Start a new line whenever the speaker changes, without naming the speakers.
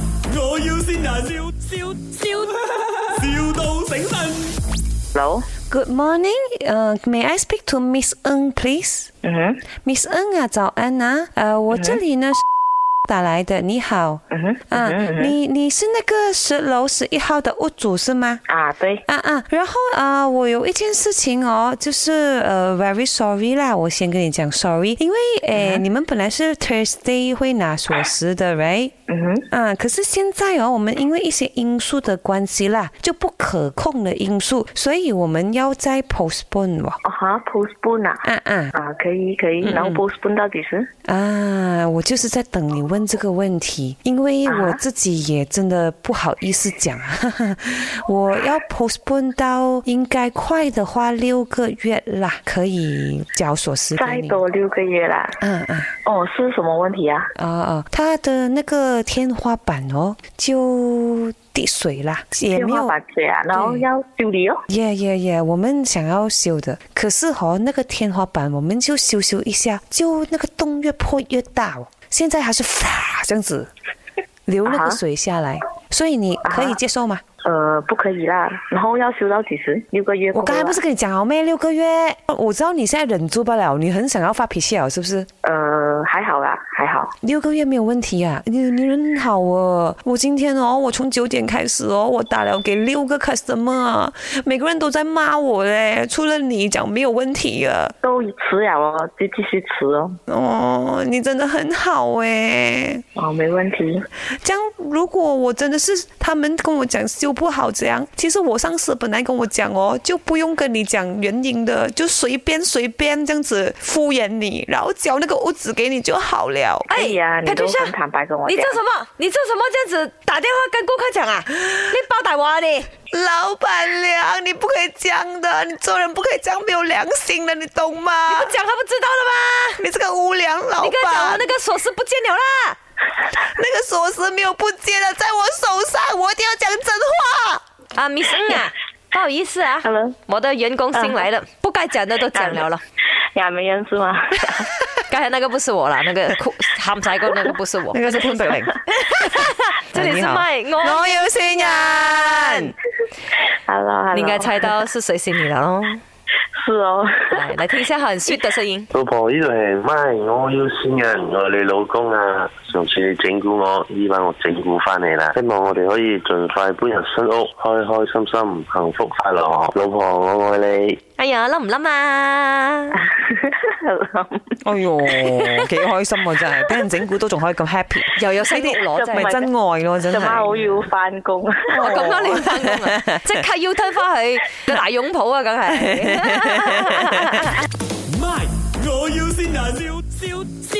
要先人，笑笑笑，, 笑到醒神。
Hello，
Good morning. Uh, may I speak to Miss Ng, please?
嗯哼，
Miss Ng 啊，早安啊。呃，我这里呢是打来的。你好，
嗯哼，
啊
嗯哼，
你你是那个十楼十一号的屋主是吗？
啊，对，
啊啊，然后啊、呃我有一件事情哦，就是呃，very sorry 啦，我先跟你讲 sorry，因为诶、
嗯
你们本来是 Thursday 会拿锁匙的，right？
嗯哼，
啊，可是现在哦，我们因为一些因素的关系啦，就不可控的因素，所以我们要再 postpone 哦。
哦哈，postpone 啊，
啊啊
啊，可以可以，然后 postpone 到几时？
啊！我就是在等你问这个问题，因为我自己也真的不好意思讲，哈哈， 我要 postpone 到应该快的话六个月啦，可以交锁匙
再
给你。
多六个月啦。
嗯嗯
哦，是什么问题啊？
啊啊！它的那个天花板哦，就滴水啦，也
电
没
话
有
板子啊，然后要修理哦。
耶耶耶！我们想要修的，可是哈、那个天花板我们就修修一下，就那个洞越破越大哦。现在还是啪这样子流那
啊
个
哈
水下来，所以你可以接受吗？
呃，不可以啦，然后要修到几时？六个月过后啊。
我刚才不是跟你讲好咩？六个月，我知道你现在忍住不了，你很想要发脾气了，是不是？
呃，还好啦，还好。
六个月没有问题啊，你你人好哦。我今天哦，我从九点开始哦，我打了给六个 customer，啊每个人都在骂我嘞，除了你讲没有问题啊。
都迟了哦，就继续迟哦。
哦，你真的很好哎、
哦，没问题。
这样，如果我真的是他们跟我讲修不好这样，其实我上司本来跟我讲哦，就不用跟你讲原因的，就随便随便这样子敷衍你，然后交那个屋子给你就好了。
哎呀，你都
Patricia，
很坦白跟我
你
讲
做。什么？你做什么这样子打电话跟顾客讲 啊？你包大话啊你！
老板娘，你不可以这样的，你做人不可以这样没有良心 的，你懂吗？
不讲他不知道了吗？
你这个无良老
你跟他讲我
板，
那个锁匙不见了啦！
那个锁匙没有不见了，在我手上，我一定要讲真话。
啊，Miss Ng 啊，不好意思啊
Hello 啊
我的员工新来的，不该讲的都 讲了了。
呀，没人是吗？
刚才那个不是我啦，那个哭喊晒过那个不是 我，
个是潘德玲。
这
哎
里是麦，我
哎我要新人，
Hello，Hello，
你应该猜到是谁是你了 咯。
是哦。
来，来听一下很 sweet 的声 音。
老婆，呢度係咪？我要先人，我係你老公啊！上次你整蠱我，依晚我整蠱翻你啦。希望我哋可以盡快搬入新屋，開開心心，幸福快樂。老婆，我愛你。
哎呀，冧唔冧啊？
哎哟，幾開心喎！真係，俾人整蠱都仲可以咁 happy，
又有新屋 攞真
唔
咪
係
係
真愛咯，真
做乜我
係。
要翻工？
我咁啱你翻工啊，即刻要吞翻去個大擁抱啊，梗係。
My，我要先人，笑笑笑，